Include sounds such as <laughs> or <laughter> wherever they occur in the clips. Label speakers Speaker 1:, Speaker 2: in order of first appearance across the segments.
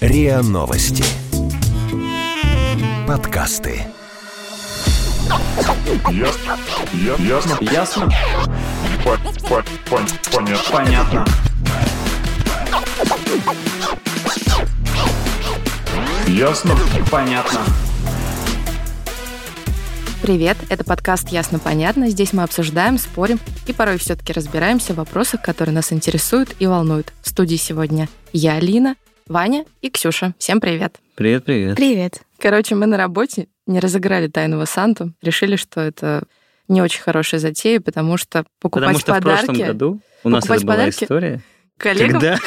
Speaker 1: РИА Новости. Подкасты.
Speaker 2: Ясно. Я- Ясно.
Speaker 3: Ясно?
Speaker 2: По- по- пон- Понятно.
Speaker 3: Понятно.
Speaker 2: Ясно.
Speaker 3: Понятно.
Speaker 4: Привет, это подкаст «Ясно-понятно». Здесь мы обсуждаем, спорим и порой все-таки разбираемся в вопросах, которые нас интересуют и волнуют. В студии сегодня я, Алина, Ваня и Ксюша. Всем привет.
Speaker 5: Привет, привет.
Speaker 6: Привет.
Speaker 4: Короче, мы на работе не разыграли тайного Санту, решили, что это не очень хорошая затея, потому что покупать
Speaker 5: Потому что в
Speaker 4: подарки
Speaker 5: прошлом году у нас
Speaker 4: покупать
Speaker 5: это была
Speaker 4: подарки
Speaker 5: история,
Speaker 4: коллегам... <laughs>
Speaker 5: когда,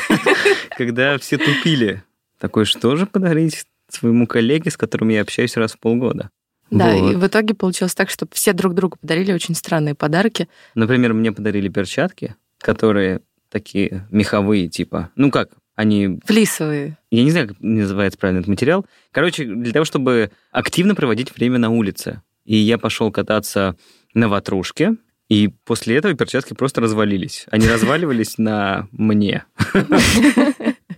Speaker 5: когда все тупили. Такой, что же подарить своему коллеге, с которым я общаюсь раз в полгода?
Speaker 4: Да,
Speaker 5: Вот.
Speaker 4: и в итоге получилось так, что все друг другу подарили очень странные подарки.
Speaker 5: Например, мне подарили перчатки, которые такие меховые, типа. Ну как, они...
Speaker 4: Флисовые.
Speaker 5: Я не знаю, как называется правильно этот материал. Короче, для того, чтобы активно проводить время на улице. И я пошел кататься на ватрушке, и после этого перчатки просто развалились. Они разваливались на
Speaker 6: <laughs>
Speaker 5: мне.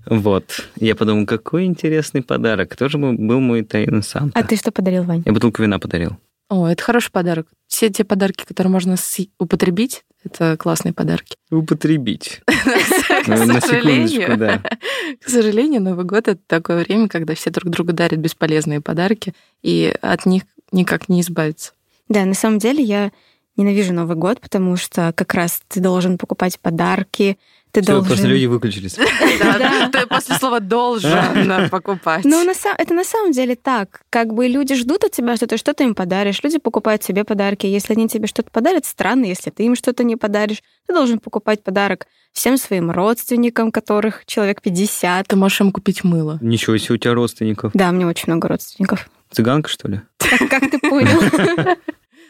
Speaker 5: Вот. Я подумал, какой интересный подарок. Кто же был- был мой тайный Санта?
Speaker 6: А ты что подарил, Вань?
Speaker 5: Я бутылку вина подарил.
Speaker 4: О, это хороший подарок. Все те подарки, которые можно с- употребить, это классные подарки.
Speaker 5: Употребить.
Speaker 6: <laughs>
Speaker 4: К
Speaker 5: На секундочку,
Speaker 4: сожалению.
Speaker 5: да.
Speaker 4: К сожалению, Новый год это такое время, когда все друг другу дарят бесполезные подарки, и от них никак не избавиться.
Speaker 6: Да, на самом деле я ненавижу Новый год, потому что как раз ты должен покупать подарки, ты
Speaker 5: Всё,
Speaker 6: должен...
Speaker 5: просто люди
Speaker 6: <laughs>
Speaker 5: выключились.
Speaker 4: Да, ты после слова должен покупать.
Speaker 6: Ну, на са- это на самом деле так. Как бы люди ждут от тебя, что ты что-то им подаришь. Люди покупают себе подарки. Если они тебе что-то подарят, странно, если ты им что-то не подаришь. Ты должен покупать подарок всем своим родственникам, которых человек 50.
Speaker 4: Ты можешь им купить мыло.
Speaker 5: <laughs> Ничего себе, у тебя родственников.
Speaker 6: Да, мне очень много родственников.
Speaker 5: Цыганка, что ли?
Speaker 6: Как- <laughs> Как ты понял?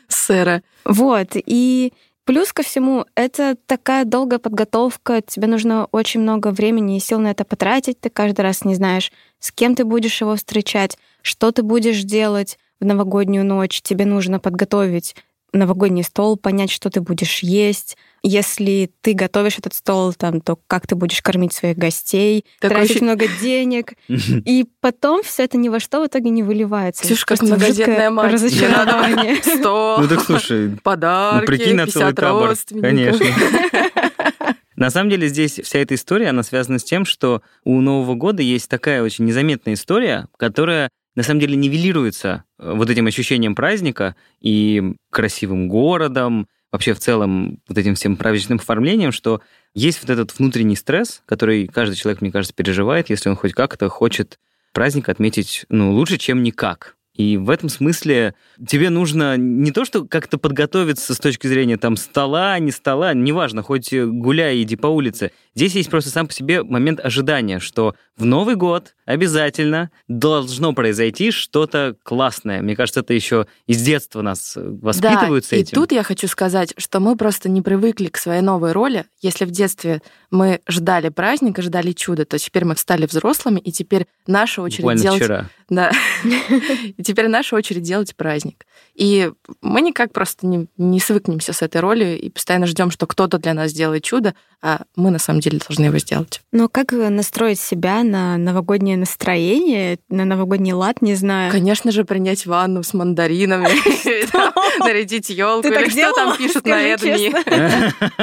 Speaker 4: Сэра.
Speaker 6: Вот, и плюс ко всему, это такая долгая подготовка, тебе нужно очень много времени и сил на это потратить, ты каждый раз не знаешь, с кем ты будешь его встречать, что ты будешь делать в новогоднюю ночь, тебе нужно подготовить новогодний стол, понять, что ты будешь есть. Если ты готовишь этот стол, там, то как ты будешь кормить своих гостей,
Speaker 4: Такое
Speaker 6: тратить
Speaker 4: ощу-
Speaker 6: много денег.
Speaker 5: Ну
Speaker 6: И потом все это ни во что в итоге не выливается.
Speaker 4: Ксюша, как
Speaker 6: Просто жуткое
Speaker 4: многодетная мать.
Speaker 6: Разочарование.
Speaker 4: Стол,
Speaker 5: Ну так слушай,
Speaker 4: подарки,
Speaker 5: Ну, прикинь на целый
Speaker 4: 50
Speaker 5: табор.
Speaker 4: родственников.
Speaker 5: Конечно. <laughs> На самом деле здесь вся эта история, она связана с тем, что у Нового года есть такая очень незаметная история, которая на самом деле нивелируется э, вот этим ощущением праздника и красивым городом, вообще в целом вот этим всем праздничным оформлением, что есть вот этот внутренний стресс, который каждый человек, мне кажется, переживает, если он хоть как-то хочет праздник отметить ну, лучше, чем никак. И в этом смысле тебе нужно не то, что как-то подготовиться с точки зрения там стола, не стола, неважно, хоть э, гуляй, иди по улице. Здесь есть просто сам по себе момент ожидания, что в Новый год обязательно должно произойти что-то классное. Мне кажется, это еще из детства нас э, воспитывают с
Speaker 4: да,
Speaker 5: этим.
Speaker 4: И тут я хочу сказать, что мы просто не привыкли к своей новой роли. Если в детстве мы ждали праздника, ждали чуда, то теперь мы стали взрослыми, и теперь наша очередь
Speaker 5: Буквально
Speaker 4: делать.
Speaker 5: вчера.
Speaker 6: <laughs>
Speaker 4: Да. И теперь наша очередь делать праздник. И мы никак просто не, не свыкнемся с этой ролью и постоянно ждем, что кто-то для нас сделает чудо, а мы на самом деле должны его сделать.
Speaker 6: Но как э, настроить себя на новогоднее настроение, на новогодний лад, не знаю.
Speaker 4: Конечно же, принять ванну с
Speaker 6: <laughs>
Speaker 4: мандаринами, <laughs> нарядить елку
Speaker 6: Ты так
Speaker 4: или что там
Speaker 6: делала?
Speaker 4: пишут на
Speaker 6: Скажи
Speaker 4: Эдми.
Speaker 6: честно.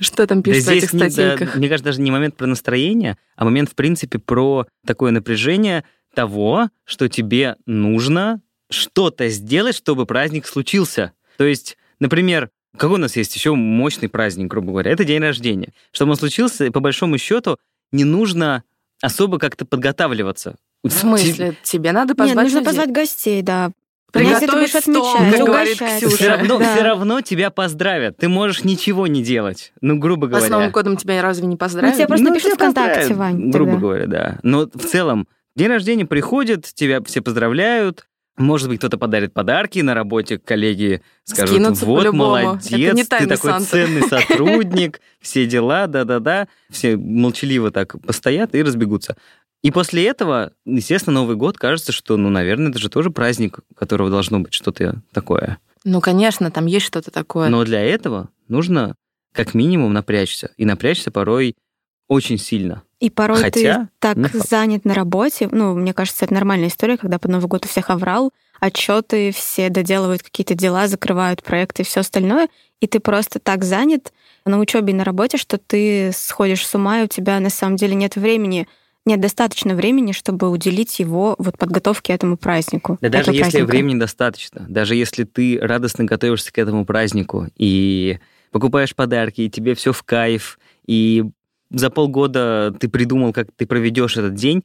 Speaker 4: Что там
Speaker 5: Да
Speaker 4: пишут в этих
Speaker 5: здесь, не- да,
Speaker 4: статейках?
Speaker 5: мне кажется, даже не момент про настроение, а момент, в принципе, про такое напряжение того, что тебе нужно что-то сделать, чтобы праздник случился. То есть, например, какой у нас есть еще мощный праздник, грубо говоря, это день рождения. Чтобы он случился, по большому счету, не нужно особо как-то подготавливаться.
Speaker 4: В смысле, тебе надо позвать
Speaker 6: Нет, нужно
Speaker 4: людей.
Speaker 6: позвать гостей, да. Если ты
Speaker 4: Приготовить
Speaker 6: будешь
Speaker 4: стол,
Speaker 6: отмечать,
Speaker 4: как говорит Ксюша.
Speaker 6: угощать.
Speaker 5: Все
Speaker 6: Слушай,
Speaker 5: равно,
Speaker 6: да.
Speaker 5: все равно тебя поздравят. Ты можешь ничего не делать. Ну, грубо
Speaker 4: По
Speaker 5: говоря.
Speaker 4: основным кодом тебя разве не поздравят?
Speaker 6: Ну, тебе просто
Speaker 5: Ну,
Speaker 6: пишут
Speaker 5: тебя
Speaker 6: ВКонтакте,
Speaker 5: поздравляют,
Speaker 6: Вань,
Speaker 5: Грубо
Speaker 6: тогда.
Speaker 5: говоря, да. Но в целом, день рождения приходит, тебя все поздравляют, может быть, кто-то подарит подарки на работе, коллеги скажут,
Speaker 4: Скинутся
Speaker 5: вот,
Speaker 4: по-любому.
Speaker 5: молодец,
Speaker 4: Это не
Speaker 5: ты
Speaker 4: тайный
Speaker 5: такой
Speaker 4: Санта». <laughs>
Speaker 5: ценный сотрудник, все дела, да-да-да. Все молчаливо так постоят и разбегутся. И после этого, естественно, Новый год кажется, что, ну, наверное, это же тоже праздник, у которого должно быть что-то такое.
Speaker 4: Ну, конечно, там есть что-то такое.
Speaker 5: Но для этого нужно как минимум напрячься. И напрячься порой очень сильно.
Speaker 6: И порой
Speaker 5: Хотя, ну,
Speaker 6: ты так
Speaker 5: не факт.
Speaker 6: занят на работе. Ну, мне кажется, это нормальная история, когда под Новый год у всех оврал, отчеты, все доделывают какие-то дела, закрывают проекты и все остальное. И ты просто так занят на учебе и на работе, что ты сходишь с ума, и у тебя на самом деле нет времени, нет достаточно времени, чтобы уделить его вот подготовке этому празднику.
Speaker 5: Да даже
Speaker 6: этого
Speaker 5: если
Speaker 6: праздника.
Speaker 5: времени достаточно, даже если ты радостно готовишься к этому празднику и покупаешь подарки, и тебе все в кайф, и за полгода ты придумал, как ты проведешь этот день,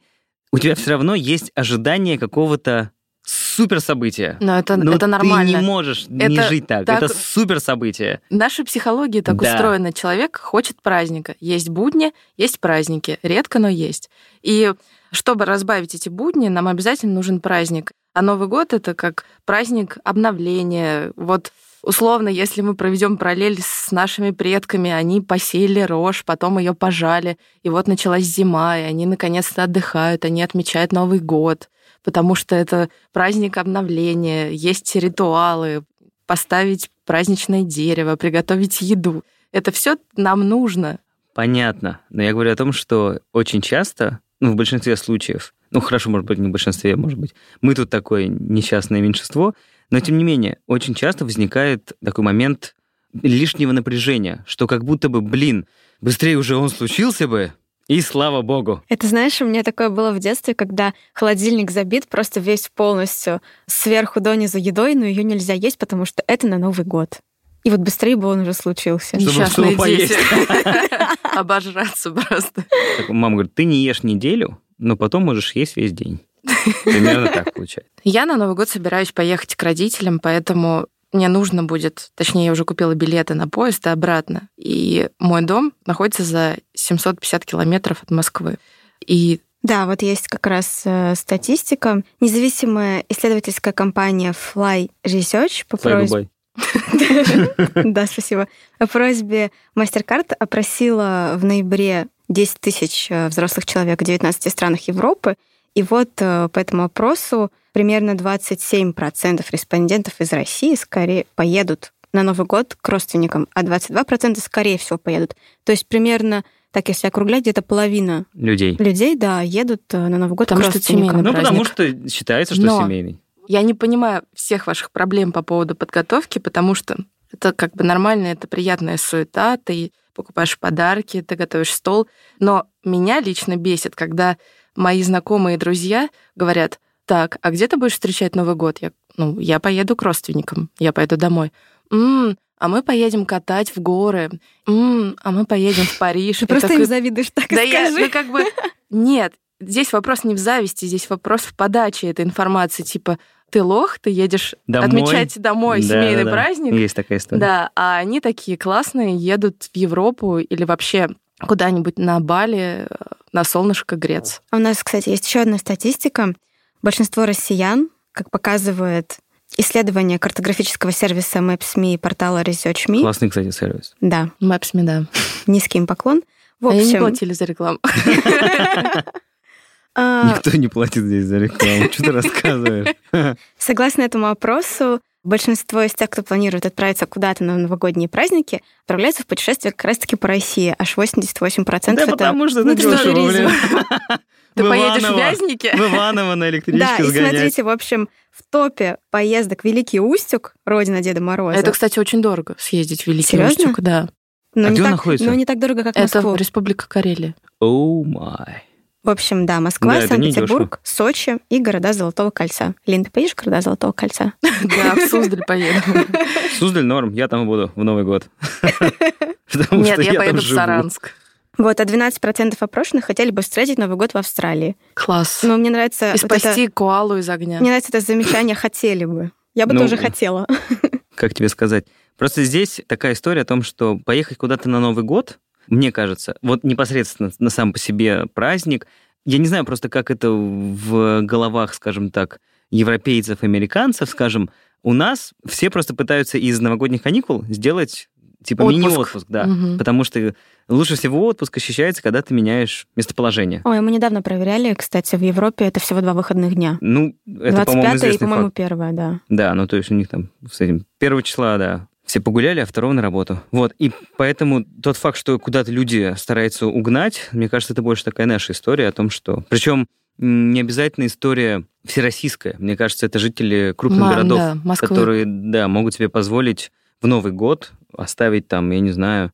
Speaker 5: у тебя все равно есть ожидание какого-то супер события.
Speaker 4: Но это,
Speaker 5: Но
Speaker 4: это
Speaker 5: ну, Ты
Speaker 4: нормально.
Speaker 5: не можешь не
Speaker 4: Это
Speaker 5: жить так.
Speaker 4: так-
Speaker 5: Это супер событие.
Speaker 4: Наша психология так
Speaker 5: Да.
Speaker 4: устроена. Человек хочет праздника. Есть будни, есть праздники. Редко, но есть. И чтобы разбавить эти будни, нам обязательно нужен праздник. А Новый год это как праздник обновления. Вот условно, если мы проведем параллель с нашими предками, они посеяли рожь, потом ее пожали, и вот началась зима, и они наконец-то отдыхают, они отмечают Новый год, потому что это праздник обновления, есть ритуалы, поставить праздничное дерево, приготовить еду. Это все нам нужно.
Speaker 5: Понятно. Но я говорю о том, что очень часто, ну, в большинстве случаев, ну, хорошо, может быть, не в большинстве, может быть, мы тут такое несчастное меньшинство, но, тем не менее, очень часто возникает такой момент лишнего напряжения, что как будто бы, блин, быстрее уже он случился бы, и слава богу.
Speaker 6: Это, знаешь, у меня такое было в детстве, когда холодильник забит просто весь полностью сверху донизу едой, но ее нельзя есть, потому что это на Новый год. И вот быстрее бы он уже случился.
Speaker 5: Чтобы-
Speaker 4: Несчастные
Speaker 5: чтобы
Speaker 4: дети. <laughs> Обожраться просто.
Speaker 5: Так мама говорит, ты не ешь неделю, но потом можешь есть весь день. Примерно так получается.
Speaker 4: Я на Новый год собираюсь поехать к родителям, поэтому мне нужно будет, точнее, я уже купила билеты на поезд и обратно. И мой дом находится за 750 километров от Москвы. И
Speaker 6: Да, вот есть как раз э, статистика. Независимая исследовательская компания Fly Research по
Speaker 5: Слава
Speaker 6: просьбе
Speaker 5: Дубай.
Speaker 6: Да, спасибо. По просьбе MasterCard опросила в ноябре 10 тысяч э, взрослых человек в 19 странах Европы. И вот э, по этому опросу примерно 27% респондентов из России скорее поедут на Новый год к родственникам, а 22% скорее всего поедут. То есть примерно, так если округлять, где-то половина
Speaker 5: Людей.
Speaker 6: людей, да, едут э, на Новый год
Speaker 4: Потому
Speaker 6: к
Speaker 4: что
Speaker 6: родственникам.
Speaker 4: семейный
Speaker 5: Ну, потому
Speaker 4: праздник.
Speaker 5: что считается, что
Speaker 4: Но-
Speaker 5: семейный.
Speaker 4: Я не понимаю всех ваших проблем по поводу подготовки, потому что это как бы нормально, это приятная суета, ты покупаешь подарки, ты готовишь стол. Но меня лично бесит, когда мои знакомые и друзья говорят, так, а где ты будешь встречать Новый год? Я, ну, я поеду к родственникам, я поеду домой. «М, а мы поедем катать в горы. М, а мы поедем в Париж.
Speaker 6: Ты
Speaker 4: И
Speaker 6: просто
Speaker 4: такой,
Speaker 6: им завидуешь, так и
Speaker 4: да я,
Speaker 6: скажи.
Speaker 4: ну как бы, нет, здесь вопрос не в зависти, здесь вопрос в подаче этой информации, типа, ты лох, ты едешь
Speaker 5: Домой.
Speaker 4: отмечать домой
Speaker 5: Да,
Speaker 4: семейный
Speaker 5: да, да.
Speaker 4: праздник,
Speaker 5: Есть такая история.
Speaker 4: да, а они такие классные, едут в Европу или вообще куда-нибудь на Бали, э, на солнышко греться.
Speaker 6: А У нас, кстати, есть еще одна статистика. Большинство россиян, как показывает исследование картографического сервиса Maps.me и портала Research.me,
Speaker 5: Классный, кстати, сервис.
Speaker 6: да,
Speaker 4: Мэпсми, да.
Speaker 6: низкий им поклон. В
Speaker 4: А Они не
Speaker 6: общем,
Speaker 4: платили за рекламу. <laughs>
Speaker 6: а,
Speaker 5: Никто не платит здесь за рекламу. Что
Speaker 4: <laughs>
Speaker 5: ты рассказываешь?
Speaker 6: согласно этому опросу, большинство из тех, кто планирует отправиться куда-то на новогодние праздники, отправляются в путешествие как раз-таки по России. Аж 88%
Speaker 5: Да
Speaker 6: это...
Speaker 5: потому что
Speaker 6: Ну,
Speaker 5: это
Speaker 6: ты что,
Speaker 5: дешево, блин. <laughs>
Speaker 4: Ты
Speaker 5: В
Speaker 4: поедешь в
Speaker 5: Иваново.
Speaker 4: Вязники?
Speaker 5: В Иваново
Speaker 4: <laughs>
Speaker 5: на
Speaker 6: Да,
Speaker 5: электричке
Speaker 6: и
Speaker 5: сгонять.
Speaker 6: смотрите, в общем, в топе поездок Великий Устюг, родина Деда Мороза.
Speaker 4: Это, кстати, очень дорого съездить в Великий
Speaker 6: Серьезно?
Speaker 4: Устюг, да.
Speaker 6: но,
Speaker 5: А
Speaker 6: не
Speaker 5: где он
Speaker 6: так,
Speaker 5: находится?
Speaker 6: но не так дорого, как
Speaker 4: Это
Speaker 6: Москву.
Speaker 4: Республика Карелия.
Speaker 5: Оу май.
Speaker 6: В общем, да, Москва,
Speaker 5: Да, это
Speaker 6: Санкт-Петербург, Сочи и города Золотого кольца. Лин, ты поедешь в города Золотого кольца? <laughs>
Speaker 4: Да, в Суздаль поеду.
Speaker 5: Суздаль норм, я там и буду в
Speaker 4: <laughs>
Speaker 5: Новый год. <laughs> Потому
Speaker 4: Нет,
Speaker 5: что
Speaker 4: я
Speaker 5: там
Speaker 4: поеду в
Speaker 5: живу.
Speaker 4: Саранск.
Speaker 6: Вот, а 12% опрошенных хотели бы встретить Новый год в Австралии.
Speaker 4: Класс.
Speaker 6: Но мне нравится...
Speaker 4: И
Speaker 6: Э, вот это-
Speaker 4: спасти коалу из огня.
Speaker 6: Мне нравится это замечание «хотели бы». Я бы
Speaker 5: Ну, <laughs>
Speaker 6: тоже хотела.
Speaker 5: Как тебе сказать? Просто здесь такая история о том, что поехать куда-то на Новый год, мне кажется, вот непосредственно на сам по себе праздник, я не знаю просто, как это в головах, скажем так, европейцев, американцев, скажем, у нас все просто пытаются из новогодних каникул сделать типа
Speaker 4: Отпуск.
Speaker 5: мини-отпуск, да.
Speaker 4: Мгм.
Speaker 5: Потому что лучше всего отпуск ощущается, когда ты меняешь местоположение.
Speaker 6: Ой, а мы недавно проверяли, кстати, в Европе это всего два выходных дня.
Speaker 5: Ну, это, по-моему,
Speaker 6: 25 и,
Speaker 5: известный
Speaker 6: по-моему, <laughs>
Speaker 5: факт.
Speaker 6: первое, да.
Speaker 5: Да, ну то есть у них там с этим 1 числа, да, все погуляли, а второго на работу. Вот, и поэтому тот факт, что куда-то люди стараются угнать, мне кажется, это больше такая наша история о том, что... Причем не обязательно история всероссийская. Мне кажется, это жители крупных
Speaker 4: Мам,
Speaker 5: городов,
Speaker 4: да, Москвы.
Speaker 5: которые, да, могут себе позволить в Новый год оставить там, я не знаю,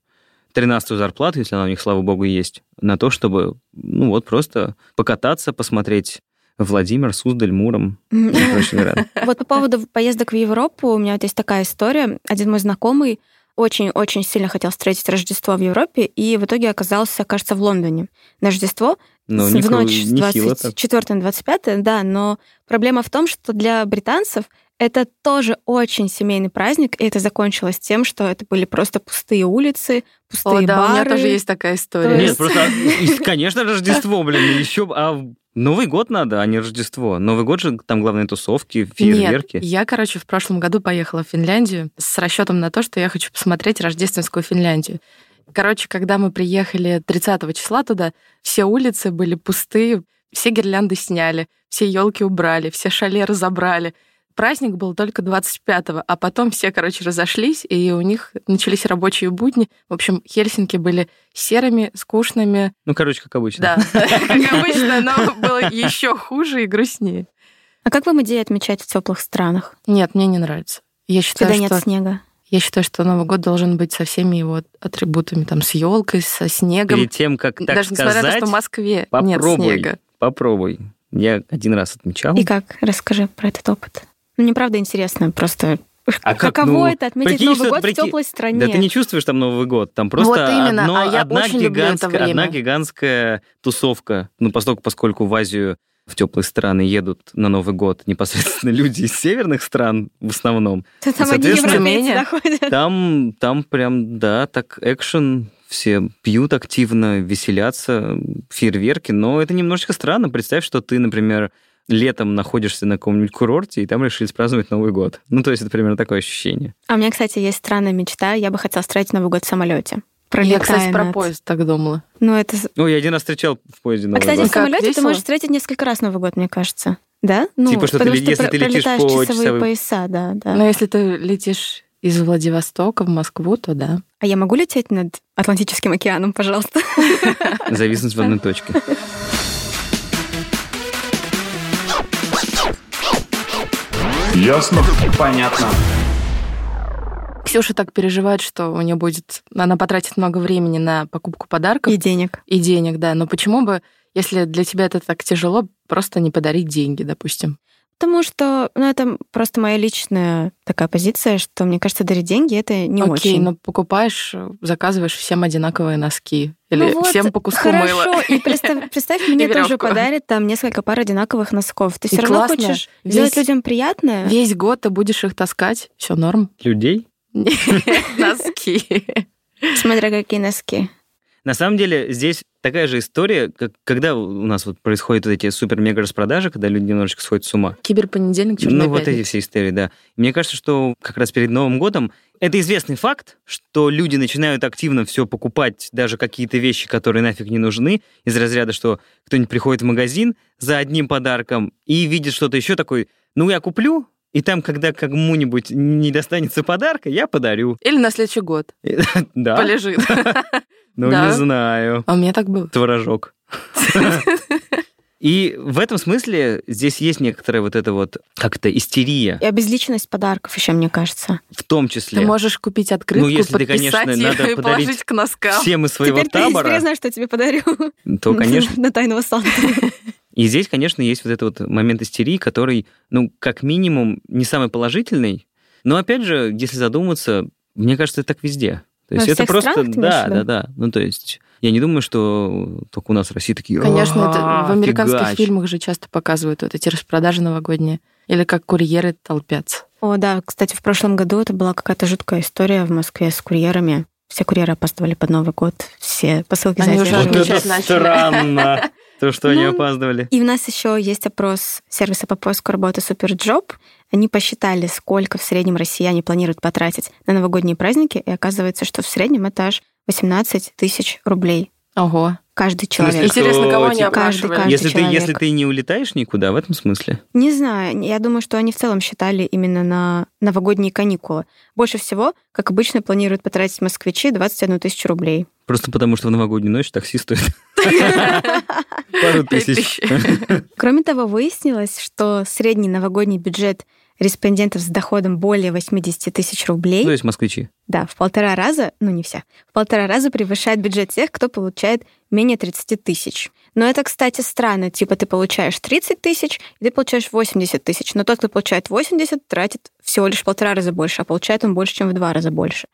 Speaker 5: 13-ю зарплату, если она у них, слава богу, есть, на то, чтобы, ну вот, просто покататься, посмотреть Владимир, Суздаль, Муром и прочие города.
Speaker 6: Ну, Вот по поводу поездок в Европу, у меня вот есть такая история. Один мой знакомый очень-очень сильно хотел встретить Рождество в Европе, и в итоге оказался, кажется, в Лондоне на Рождество,
Speaker 5: Ну,
Speaker 6: с-
Speaker 5: не
Speaker 6: в
Speaker 5: кру-
Speaker 6: ночь с
Speaker 5: нехило так.
Speaker 6: 24 на 25, да, но проблема в том, что для британцев это тоже очень семейный праздник, и это закончилось тем, что это были просто пустые улицы, пустые
Speaker 4: О, да, у меня
Speaker 6: бары.
Speaker 4: тоже есть такая история.
Speaker 6: То
Speaker 5: Нет,
Speaker 6: есть-
Speaker 5: просто, и, конечно, Рождество, блин, еще... б- А Новый год надо, а не Рождество. Новый год же там главные тусовки, фейерверки.
Speaker 4: Нет, я, короче, в прошлом году поехала в Финляндию с расчетом на то, что я хочу посмотреть рождественскую Финляндию. Короче, когда мы приехали 30 числа туда, все улицы были пустые, все гирлянды сняли, все елки убрали, все шале разобрали. Праздник был только 25-го, а потом все, короче, разошлись, и у них начались рабочие будни. В общем, Хельсинки были серыми, скучными.
Speaker 5: Ну, короче, как обычно.
Speaker 4: Да, <laughs> как обычно, но было еще хуже и грустнее.
Speaker 6: А как вам идея отмечать в теплых странах,
Speaker 4: Нет, мне не нравится. Я считаю,
Speaker 6: когда
Speaker 4: что...
Speaker 6: нет снега?
Speaker 4: Я считаю, что Новый год должен быть со всеми его атрибутами, там, с елкой, со снегом.
Speaker 5: Перед тем, как так
Speaker 4: Даже несмотря на то,
Speaker 5: сказать,
Speaker 4: что в Москве
Speaker 5: попробуй.
Speaker 4: нет снега.
Speaker 5: попробуй. Я один раз отмечал.
Speaker 6: И как? Расскажи про этот опыт. Ну, мне правда интересно, просто
Speaker 5: А как,
Speaker 6: каково
Speaker 5: ну,
Speaker 6: это отметить
Speaker 5: прикинь,
Speaker 6: Новый
Speaker 5: что-
Speaker 6: год
Speaker 5: прикинь-
Speaker 6: в теплой стране?
Speaker 5: Да ты не чувствуешь там Новый год, там просто
Speaker 4: Вот именно,
Speaker 5: одно-
Speaker 4: а я
Speaker 5: одна,
Speaker 4: очень люблю это
Speaker 5: гигантская, одна
Speaker 4: время.
Speaker 5: гигантская тусовка. Ну, поскольку, поскольку в Азию в теплые страны едут на Новый год непосредственно <laughs> люди из северных стран в основном,
Speaker 6: Да Там одни
Speaker 5: соответственно,
Speaker 6: европейцы
Speaker 4: менее.
Speaker 6: доходят.
Speaker 5: там, там прям, да, так экшен, все пьют активно, веселятся, фейерверки, но это немножечко странно. Представь, что ты, например, летом находишься на каком-нибудь курорте, и там решили праздновать Новый год. Ну, то есть это примерно такое ощущение.
Speaker 6: А у меня, кстати, есть странная мечта. Я бы хотела встретить Новый год в самолете.
Speaker 4: Я, кстати,
Speaker 6: Пролетая
Speaker 4: про
Speaker 6: над-
Speaker 4: поезд так думала.
Speaker 6: Ну, это... с-
Speaker 5: Ну, я один раз встречал в поезде
Speaker 6: А,
Speaker 5: Новый
Speaker 6: кстати, в
Speaker 5: год.
Speaker 4: Как,
Speaker 6: самолете ты
Speaker 4: весело?
Speaker 6: можешь встретить несколько раз Новый год, мне кажется. Да? Ну,
Speaker 5: Типа, что ты
Speaker 6: потому
Speaker 5: ле- если
Speaker 6: про-
Speaker 5: ты летишь
Speaker 6: пролетаешь
Speaker 5: по
Speaker 6: часовые
Speaker 5: часовым-
Speaker 6: пояса, да, да.
Speaker 4: Но если ты летишь из Владивостока в Москву, то да.
Speaker 6: А я могу лететь над Атлантическим
Speaker 4: <laughs>
Speaker 6: океаном, пожалуйста?
Speaker 5: Зависнуть в одной точке.
Speaker 2: Ясно?
Speaker 1: Понятно.
Speaker 4: Ксюша так переживает, что у нее будет... Она потратит много времени на покупку подарков
Speaker 6: И денег.
Speaker 4: и денег, да. Но почему бы, если для тебя это так тяжело, просто не подарить деньги, допустим?
Speaker 6: Потому что, ну, это просто моя личная такая позиция, что, мне кажется, дарить деньги — это не
Speaker 4: Окей, ну,
Speaker 6: очень.
Speaker 4: но покупаешь, э, заказываешь всем одинаковые носки. Или
Speaker 6: Ну вот,
Speaker 4: всем по куску
Speaker 6: хорошо.
Speaker 4: мыла.
Speaker 6: И
Speaker 4: <laughs>
Speaker 6: представь, представь, мне тоже
Speaker 4: веревку.
Speaker 6: подарят там несколько пар одинаковых носков. Ты
Speaker 4: И
Speaker 6: все равно
Speaker 4: классно.
Speaker 6: хочешь
Speaker 4: Весь-
Speaker 6: сделать людям приятное.
Speaker 4: Весь год ты будешь их таскать, все
Speaker 6: <laughs>
Speaker 4: норм.
Speaker 5: Людей?
Speaker 4: Носки.
Speaker 6: <laughs> Смотря какие носки.
Speaker 5: На самом деле, здесь такая же история, как когда у нас вот происходят вот эти супер-мега распродажи, когда люди немножечко сходят с ума.
Speaker 4: <laughs> Киберпонедельник, черная
Speaker 5: Ну, вот эти все истории, да. Мне кажется, что как раз перед Новым годом это известный факт, что люди начинают активно все покупать, даже какие-то вещи, которые нафиг не нужны, из разряда, что кто-нибудь приходит в магазин за одним подарком и видит что-то еще такой, ну, я куплю, и там, когда кому-нибудь не достанется подарка, я подарю.
Speaker 4: Или на следующий год
Speaker 5: Да, <laughs>
Speaker 4: полежит.
Speaker 5: ну,
Speaker 4: да.
Speaker 5: не знаю.
Speaker 4: А у меня так было.
Speaker 5: Творожок. И в этом смысле здесь есть некоторая вот эта вот как-то истерия,
Speaker 6: И обезличенность подарков еще, мне кажется.
Speaker 5: в том числе.
Speaker 4: Ты можешь купить открытку,
Speaker 5: Ну, если ты,
Speaker 4: подписать
Speaker 5: конечно,
Speaker 4: её
Speaker 5: надо
Speaker 4: и
Speaker 5: подарить
Speaker 4: положить к носкам.
Speaker 5: все мы своего
Speaker 6: Теперь <laughs> ты
Speaker 5: табора,
Speaker 6: теперь знаешь, что тебе подарю.
Speaker 5: то, конечно.
Speaker 6: На тайного Санта.
Speaker 5: И здесь, конечно, есть вот этот вот момент истерии, который, ну, как минимум, не самый положительный. Но, опять же, если задуматься, мне кажется, это так везде. То
Speaker 6: Во
Speaker 5: есть это
Speaker 6: всех
Speaker 5: просто...
Speaker 6: странах ты
Speaker 5: да,
Speaker 6: имеешь в
Speaker 5: да,
Speaker 6: виду?
Speaker 5: да. Ну, то есть я не думаю, что только у нас в России такие...
Speaker 4: Конечно, это в
Speaker 5: «А,
Speaker 4: американских
Speaker 5: фигач».
Speaker 4: фильмах же часто показывают вот эти распродажи новогодние. Или как курьеры толпятся.
Speaker 6: О, да, кстати, в прошлом году это была какая-то жуткая история в Москве с курьерами. Все курьеры опаздывали под Новый год, все посылки
Speaker 4: Они уже
Speaker 5: Вот
Speaker 6: задерживались.
Speaker 4: отмечать
Speaker 5: это
Speaker 4: начали.
Speaker 5: странно, то, что они
Speaker 6: Ну,
Speaker 5: опаздывали.
Speaker 6: И у нас еще есть опрос сервиса по поиску работы Суперджоп. Они посчитали, сколько в среднем россияне планируют потратить на новогодние праздники, и оказывается, что в среднем это аж 18 тысяч рублей
Speaker 4: Ого.
Speaker 6: Каждый
Speaker 5: смысле,
Speaker 6: человек.
Speaker 5: что,
Speaker 4: Интересно, кого они
Speaker 5: типа,
Speaker 4: опрашивали?
Speaker 6: каждый
Speaker 5: если ты,
Speaker 6: человек.
Speaker 5: если ты не улетаешь никуда, в этом смысле.
Speaker 6: Не знаю, я думаю, что они в целом считали именно на новогодние каникулы. Больше всего, как обычно, планируют потратить москвичи 21 тысячу рублей.
Speaker 5: Просто потому, что в новогоднюю ночь такси
Speaker 6: <laughs>
Speaker 5: стоит
Speaker 4: <laughs>
Speaker 5: пару
Speaker 4: Пять
Speaker 5: тысяч.
Speaker 6: Кроме того, выяснилось, что средний новогодний бюджет респондентов с доходом более 80 тысяч рублей,
Speaker 5: То есть москвичи.
Speaker 6: да, в полтора раза, ну не вся, в полтора раза превышает бюджет тех, кто получает менее 30 тысяч. Но это, кстати, странно. Типа ты получаешь 30 тысяч, и ты получаешь 80 тысяч. Но тот, кто получает 80, тратит всего лишь в полтора раза больше, а получает он больше, чем в два раза больше.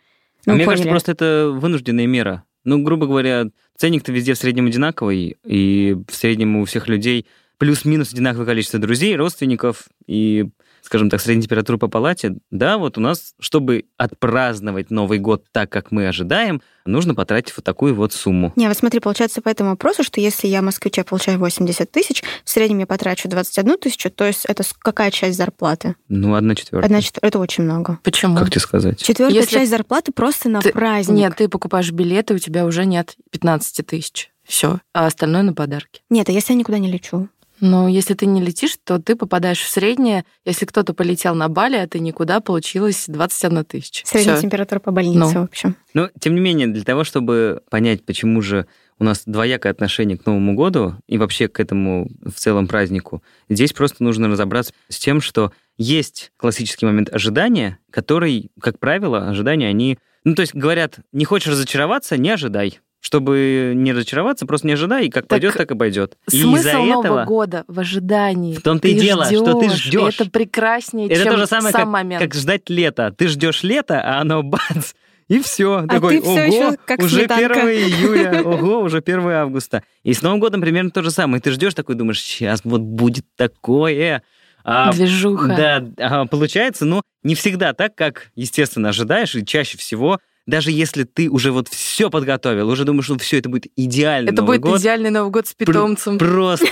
Speaker 5: А
Speaker 6: Ну,
Speaker 5: мне
Speaker 6: поняли.
Speaker 5: кажется, просто это вынужденная мера. Ну, грубо говоря, ценник-то везде в среднем одинаковый, и в среднем у всех людей плюс-минус одинаковое количество друзей, родственников и, скажем так, средняя температура по палате. Да, вот у нас, чтобы отпраздновать Новый год так, как мы ожидаем, нужно потратить вот такую вот сумму.
Speaker 6: Не, вот смотри, получается по этому вопросу, что если я москвича получаю 80 тысяч, в среднем я потрачу 21 тысячу, то есть это с- какая часть зарплаты?
Speaker 5: Ну, одна четвертая.
Speaker 6: Одна четвер- Это очень много.
Speaker 4: Почему?
Speaker 5: Как тебе сказать?
Speaker 6: Четвертая
Speaker 4: Если-
Speaker 6: часть зарплаты просто на
Speaker 4: Ты-
Speaker 6: праздник.
Speaker 4: Нет, ты покупаешь билеты, у тебя уже нет 15 тысяч. Все. А остальное на подарки.
Speaker 6: Нет, а если я никуда не лечу?
Speaker 4: Но если ты не летишь, то ты попадаешь в среднее. Если кто-то полетел на Бали, а ты никуда, получилось 21 тысяча.
Speaker 6: Средняя
Speaker 4: Всё.
Speaker 6: температура по больнице,
Speaker 4: Ну.
Speaker 6: в общем.
Speaker 5: Но, тем не менее, для того, чтобы понять, почему же у нас двоякое отношение к Новому году и вообще к этому в целом празднику, здесь просто нужно разобраться с тем, что есть классический момент ожидания, который, как правило, ожидания, они... Ну, то есть говорят, не хочешь разочароваться, не ожидай. Чтобы не разочароваться, просто не ожидай, и как пойдет, так и пойдет. И из-за
Speaker 4: Смысл Нового
Speaker 5: этого...
Speaker 4: года в ожидании.
Speaker 5: В том-то и дело, что ты ждёшь.
Speaker 4: и Это прекраснее,
Speaker 5: Это
Speaker 4: чем
Speaker 5: то же самое,
Speaker 4: сам
Speaker 5: как,
Speaker 4: момент.
Speaker 5: как ждать лета. Ты ждешь лета, а оно <laughs> бац, и все. Такой,
Speaker 6: А ты всё
Speaker 5: ого,
Speaker 6: ещё как
Speaker 5: уже
Speaker 6: сметанка».
Speaker 5: 1
Speaker 6: <laughs>
Speaker 5: июля, ого, уже 1 августа. И с Новым годом примерно то же самое. Ты ждешь такой, думаешь, сейчас вот будет такое. А,
Speaker 4: Движуха.
Speaker 5: да, а, получается, но не всегда так, как, естественно, ожидаешь, и чаще всего, даже если ты уже вот все подготовил, уже думаешь, ну все, это будет идеально.
Speaker 4: Это будет
Speaker 5: год,
Speaker 4: идеальный Новый год с
Speaker 5: Пр-
Speaker 4: питомцем. <laughs>
Speaker 5: Просто.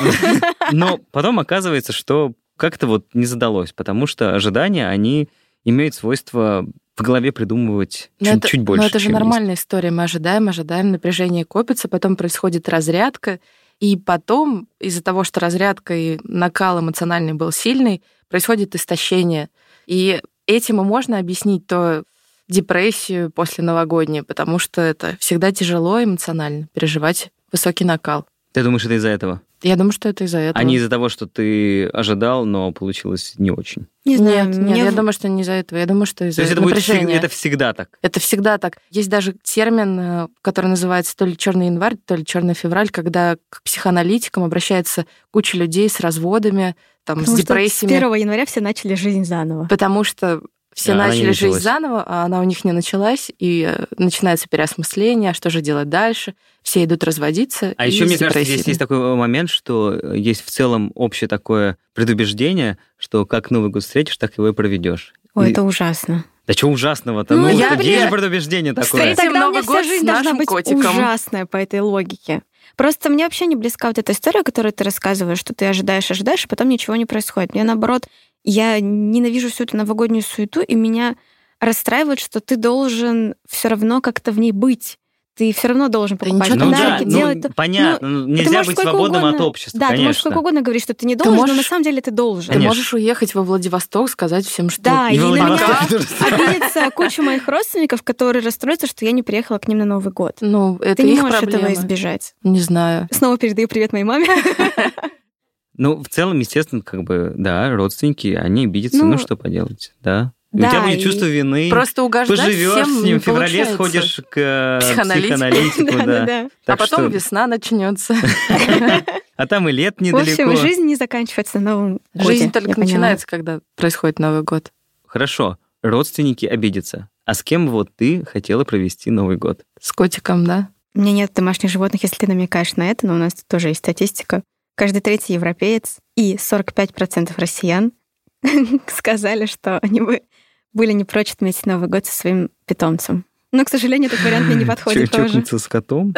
Speaker 5: Но потом оказывается, что как-то вот не задалось, потому что ожидания, они имеют свойство в голове придумывать
Speaker 4: Но
Speaker 5: чуть,
Speaker 4: это,
Speaker 5: чуть
Speaker 4: но
Speaker 5: больше.
Speaker 4: это же
Speaker 5: чем есть.
Speaker 4: нормальная история. Мы ожидаем, ожидаем, напряжение копится, потом происходит разрядка, и потом из-за того, что разрядка и накал эмоциональный был сильный, происходит истощение. И этим и можно объяснить то депрессию после новогодней, потому что это всегда тяжело эмоционально переживать высокий накал.
Speaker 5: Ты думаешь, это из-за этого?
Speaker 4: Я думаю, что это из-за этого.
Speaker 5: А не из-за того, что ты ожидал, но получилось не очень.
Speaker 6: Не знаю,
Speaker 4: Нет,
Speaker 6: мне
Speaker 4: нет, я
Speaker 6: в-
Speaker 4: думаю, что не из-за этого. Я думаю, что
Speaker 5: То
Speaker 4: из-за
Speaker 5: есть это будет всег-
Speaker 4: напряжения.
Speaker 5: это всегда так.
Speaker 4: Это всегда так. Есть даже термин, э, который называется то ли черный январь, то ли черный февраль, когда к психоаналитикам обращается куча людей с разводами, там,
Speaker 6: Потому
Speaker 4: с
Speaker 6: что
Speaker 4: депрессиями,
Speaker 6: с 1 января все начали жизнь заново.
Speaker 4: потому что все
Speaker 5: Да, она не
Speaker 4: начали жить
Speaker 5: началась.
Speaker 4: заново, а она у них не началась, и э, начинается переосмысление, а что же делать дальше? Все идут разводиться.
Speaker 5: А
Speaker 4: и
Speaker 5: еще,
Speaker 4: с
Speaker 5: мне кажется,
Speaker 4: депрессиями.
Speaker 5: здесь есть такой момент, что есть в целом общее такое предубеждение, что как Новый год встретишь, так его и проведешь.
Speaker 6: Ой,
Speaker 5: И-
Speaker 6: это ужасно.
Speaker 5: Да что ужасного-то?
Speaker 6: Ну,
Speaker 5: Ну,
Speaker 4: я,
Speaker 5: это есть
Speaker 4: блин,
Speaker 5: же предубеждение такое.
Speaker 4: встретила- Встретим
Speaker 6: Тогда у
Speaker 4: Новый
Speaker 6: меня вся
Speaker 4: год с
Speaker 6: жизнь должна
Speaker 4: нашим
Speaker 6: быть
Speaker 4: котиком.
Speaker 6: ужасная по этой логике. Просто мне вообще не близка вот эта история, которую ты рассказываешь, что ты ожидаешь, ожидаешь, а потом ничего не происходит. Мне наоборот, я ненавижу всю эту новогоднюю суету, и меня расстраивает, что ты должен все равно как-то в ней быть. Ты все равно должен
Speaker 4: Да
Speaker 6: покупать
Speaker 4: ничего ты
Speaker 5: Ну да,
Speaker 6: подарки,
Speaker 4: такого.
Speaker 5: ну,
Speaker 6: делать то-
Speaker 5: понятно, ну,
Speaker 6: Ты
Speaker 5: нельзя
Speaker 6: можешь
Speaker 5: быть
Speaker 6: сколько
Speaker 5: свободным
Speaker 6: угодно-
Speaker 5: от общества,
Speaker 6: Да, ты можешь
Speaker 5: конечно.
Speaker 6: сколько угодно говорить, что ты не должен, но на
Speaker 4: можешь-
Speaker 6: самом деле ты должен.
Speaker 4: Ты
Speaker 5: Конечно.
Speaker 4: можешь уехать во Владивосток, сказать всем, что
Speaker 6: Да, и
Speaker 5: И
Speaker 6: на меня
Speaker 5: Владивосток тоже самое.
Speaker 6: обидится куча моих родственников, которые расстроятся, что я не приехала к ним на Новый год.
Speaker 4: ну, это
Speaker 6: Ты не
Speaker 4: их
Speaker 6: можешь
Speaker 4: проблема.
Speaker 6: этого избежать.
Speaker 4: Не знаю.
Speaker 6: Снова передаю привет моей маме.
Speaker 5: <laughs>
Speaker 6: <laughs>
Speaker 5: Ну, в целом, естественно, как бы, да, родственники, они обидятся, ну,
Speaker 6: Ну,
Speaker 5: что поделать, да. И
Speaker 6: да,
Speaker 5: У тебя будет
Speaker 6: и
Speaker 5: чувство вины.
Speaker 4: Просто угождать
Speaker 5: поживешь
Speaker 4: всем
Speaker 5: с ним
Speaker 4: не
Speaker 5: в феврале,
Speaker 4: получается.
Speaker 5: сходишь к э,
Speaker 4: Психоаналитику.
Speaker 6: <laughs>
Speaker 5: психоаналитику, да.
Speaker 6: Да-да-да.
Speaker 4: А
Speaker 5: Так
Speaker 4: потом
Speaker 5: что-
Speaker 4: весна начнется.
Speaker 5: А там и лет
Speaker 6: В общем,
Speaker 5: недалеко.
Speaker 6: жизнь не заканчивается на новом годе.
Speaker 4: Жизнь
Speaker 6: я
Speaker 4: только
Speaker 6: поняла.
Speaker 4: начинается, когда происходит Новый год.
Speaker 5: Хорошо, родственники обидятся. А с кем вот ты хотела провести Новый год?
Speaker 4: С котиком, да?
Speaker 6: У меня нет домашних животных, если ты намекаешь на это, но у нас тут тоже есть статистика. Каждый третий европеец и 45% россиян <laughs> сказали, что они бы были не прочь отметить Новый год со своим питомцем. Но, к сожалению, этот вариант мне не подходит
Speaker 5: <laughs> Чё,
Speaker 6: тоже.
Speaker 5: чокнуться с котом?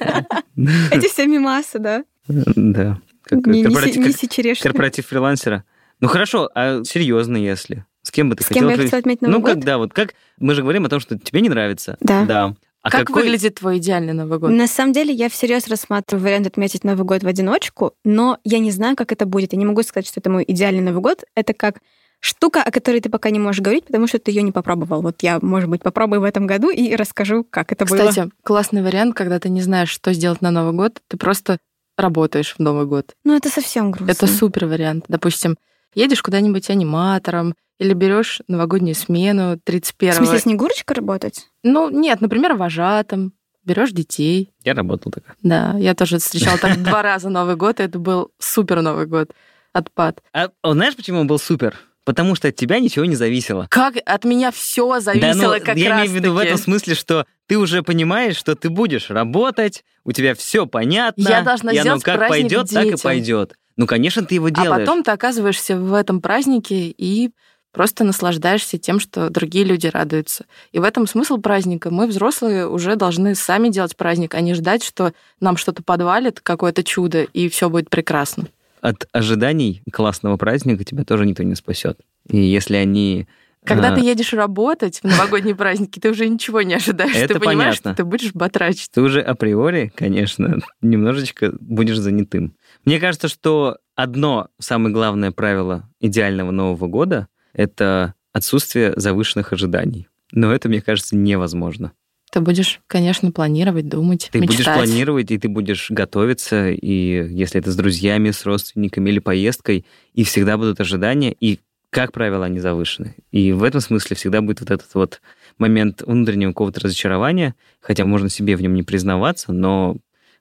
Speaker 5: <laughs>
Speaker 6: Эти все мимасы, да?
Speaker 5: Да. Как
Speaker 6: Не- не
Speaker 5: корпоратив-
Speaker 6: си-
Speaker 5: как
Speaker 6: не сичерешься.
Speaker 5: Корпоратив фрилансера. Ну хорошо, а серьезно, если? С кем бы ты
Speaker 6: С кем бы я
Speaker 5: провести?
Speaker 6: хотела отметить
Speaker 5: Ну,
Speaker 6: Новый год?
Speaker 5: когда вот как мы же говорим о том, что тебе не нравится.
Speaker 6: Да.
Speaker 5: Да. А
Speaker 4: как
Speaker 5: какой-
Speaker 4: выглядит твой идеальный Новый год?
Speaker 6: На самом деле, я всерьез рассматриваю вариант отметить Новый год в одиночку, но я не знаю, как это будет. Я не могу сказать, что это мой идеальный Новый год. Это как штука, о которой ты пока не можешь говорить, потому что ты ее не попробовал. Вот я, может быть, попробую в этом году и расскажу, как это было.
Speaker 4: Кстати, классный вариант, когда ты не знаешь, что сделать на Новый год, ты просто работаешь в Новый год.
Speaker 6: Ну, это совсем грустно.
Speaker 4: Это супер вариант. Допустим, едешь куда-нибудь аниматором или берешь новогоднюю смену
Speaker 6: В
Speaker 4: 31
Speaker 6: смысле, Снегурочка работать?
Speaker 4: Ну, нет, например, вожатым, берешь детей.
Speaker 5: Я работал так.
Speaker 4: Да, я тоже встречала так два раза Новый год, и это был супер Новый год. Отпад.
Speaker 5: А а знаешь, почему он был супер? Потому что от тебя ничего не зависело.
Speaker 4: Как от меня все зависело
Speaker 5: Да, ну,
Speaker 4: как
Speaker 5: я
Speaker 4: раз
Speaker 5: имею в виду в этом смысле, что ты уже понимаешь, что ты будешь работать, у тебя все понятно.
Speaker 4: Я должна
Speaker 5: и оно
Speaker 4: сделать
Speaker 5: как
Speaker 4: праздник
Speaker 5: пойдет, так и
Speaker 4: детям.
Speaker 5: пойдет. Ну, конечно, ты его
Speaker 4: А
Speaker 5: делаешь.
Speaker 4: потом ты оказываешься в этом празднике и просто наслаждаешься тем, что другие люди радуются. И в этом смысл праздника. Мы, взрослые, уже должны сами делать праздник, а не ждать, что нам что-то подвалит, какое-то чудо, и все будет прекрасно.
Speaker 5: От ожиданий классного праздника тебя тоже никто не спасет. И если они...
Speaker 4: Когда
Speaker 5: а,
Speaker 4: ты едешь работать в новогодние праздники, ты уже ничего не ожидаешь.
Speaker 5: Это
Speaker 4: ты понимаешь,
Speaker 5: понятно.
Speaker 4: что ты будешь батрачить.
Speaker 5: ты уже априори, конечно, <laughs> немножечко будешь занятым. Мне кажется, что одно самое главное правило идеального Нового года — это отсутствие завышенных ожиданий. Но это, мне кажется, невозможно.
Speaker 4: Ты будешь, конечно, планировать, думать,
Speaker 5: Ты будешь
Speaker 4: мечтать.
Speaker 5: планировать, и ты будешь готовиться, и если это с друзьями, с родственниками или поездкой, и всегда будут ожидания, и, как правило, они завышены. И в этом смысле всегда будет вот этот вот момент внутреннего какого-то разочарования, хотя можно себе в нем не признаваться, но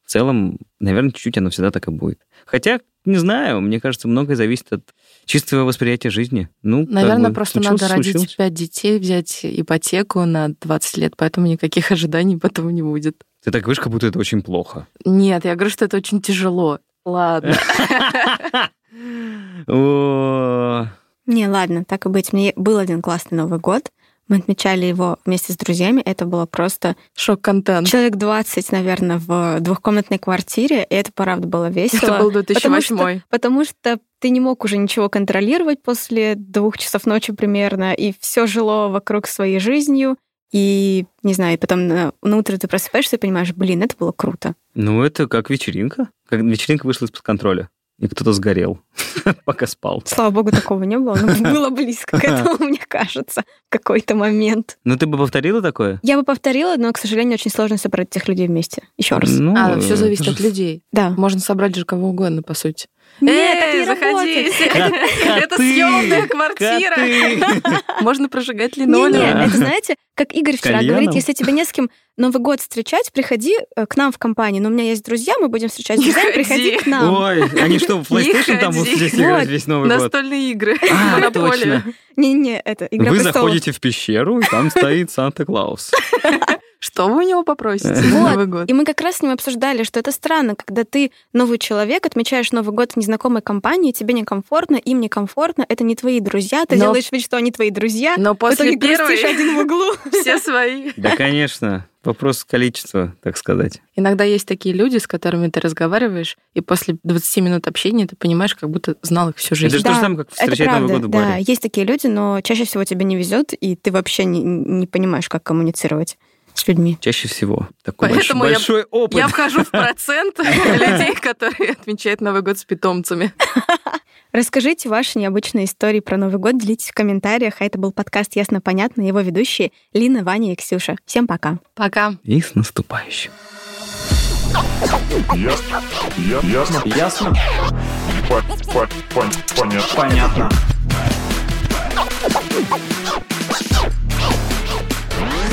Speaker 5: в целом, наверное, чуть-чуть оно всегда так и будет. Хотя, не знаю, мне кажется, многое зависит от чистого восприятия жизни. Ну, как
Speaker 4: Наверное,
Speaker 5: бы,
Speaker 4: просто
Speaker 5: случилось,
Speaker 4: надо родить
Speaker 5: случилось.
Speaker 4: пять детей, взять ипотеку на 20 лет, поэтому никаких ожиданий потом не будет.
Speaker 5: Ты так говоришь, как будто это очень плохо.
Speaker 4: <laughs> Нет, я говорю, что это очень тяжело. Ладно.
Speaker 5: <laughs> Э. О,
Speaker 6: Не, ладно, так и быть. Мне был один классный Новый год. Мы отмечали его вместе с друзьями. Это было просто
Speaker 4: Шок-контент.
Speaker 6: человек 20, наверное, в двухкомнатной квартире. И это, правда, было весело.
Speaker 4: Это был
Speaker 6: Потому что-
Speaker 4: 2008
Speaker 6: Потому что ты не мог уже ничего контролировать после двух часов ночи примерно, и все жило вокруг своей жизнью. И, не знаю, и потом на, на утро ты просыпаешься и понимаешь, блин, это было круто.
Speaker 5: Ну, это как вечеринка. Как вечеринка вышла из-под контроля. И кто-то сгорел, <laughs> пока спал.
Speaker 6: Слава богу, такого не было, но было близко к этому, мне кажется, в какой-то момент.
Speaker 5: Ну, ты бы повторила такое?
Speaker 6: Я бы повторила, но, к сожалению, очень сложно собрать этих людей вместе. Еще раз.
Speaker 5: Ну,
Speaker 4: А, все
Speaker 5: э,
Speaker 4: зависит от людей.
Speaker 6: Да.
Speaker 4: Можно собрать же кого угодно, по сути.
Speaker 6: Нет, так
Speaker 4: Эй,
Speaker 6: не работает.
Speaker 4: заходите.
Speaker 5: Ко-
Speaker 4: Это
Speaker 5: <laughs> коты!
Speaker 4: съемная квартира.
Speaker 5: Коты!
Speaker 4: <laughs>
Speaker 5: А,
Speaker 4: Можно прожигать
Speaker 6: Не,
Speaker 4: линолеум.
Speaker 6: не,
Speaker 5: Да.
Speaker 6: это знаете, как Игорь вчера
Speaker 5: Кальяном?
Speaker 6: говорит, если тебе не с кем Новый год встречать, приходи э, к нам в компанию. Но у меня есть друзья, мы будем встречать с
Speaker 4: Не
Speaker 6: друзьями,
Speaker 4: ходи.
Speaker 6: приходи к нам.
Speaker 5: <laughs> Ой, они что, в PlayStation там
Speaker 4: ходи.
Speaker 5: будут здесь играть
Speaker 6: Вот.
Speaker 5: весь Новый год?
Speaker 4: Настольные игры. <laughs>
Speaker 5: А,
Speaker 4: Монополия.
Speaker 5: точно.
Speaker 6: Не-не, это «Игра
Speaker 5: Вы
Speaker 6: престолов».
Speaker 5: заходите в пещеру, и там стоит Санта-Клаус.
Speaker 4: Что вы у него попросите
Speaker 5: Э.
Speaker 6: Вот.
Speaker 4: на Новый год?
Speaker 6: И мы как раз с ним обсуждали, что это странно, когда ты новый человек, отмечаешь Новый год в незнакомой компании, тебе некомфортно, им некомфортно, это не твои друзья, ты
Speaker 4: Но-
Speaker 6: делаешь вид, что они твои друзья,
Speaker 4: Но после
Speaker 6: потом грустишь
Speaker 4: первой
Speaker 6: один в углу.
Speaker 4: <laughs> все свои.
Speaker 5: Да, конечно. Вопрос количества, так сказать.
Speaker 4: Иногда есть такие люди, с которыми ты разговариваешь, и после 20 минут общения ты понимаешь, как будто знал их всю жизнь.
Speaker 5: Это же
Speaker 6: Да,
Speaker 5: то же самое, как
Speaker 6: Это
Speaker 5: <laughs> встречать Новый год
Speaker 6: правда,
Speaker 5: в
Speaker 6: да,
Speaker 5: баре.
Speaker 6: есть такие люди, но чаще всего тебе не везет, и ты вообще не, не понимаешь, как коммуницировать с людьми.
Speaker 5: Чаще всего. Такой больш-
Speaker 4: Поэтому я-
Speaker 5: большой опыт.
Speaker 4: Я вхожу в процент <laughs> людей, которые отмечают Новый год с питомцами.
Speaker 6: Расскажите ваши необычные истории про Новый год, делитесь в комментариях. А это был подкаст «Ясно, понятно», его ведущие Лина, Ваня и Ксюша. Всем пока!
Speaker 4: Пока.
Speaker 5: И с наступающим.
Speaker 2: Ясно. Я- Ясно.
Speaker 1: Ясно?
Speaker 2: По- по- пон- Понятно.
Speaker 1: Понятно.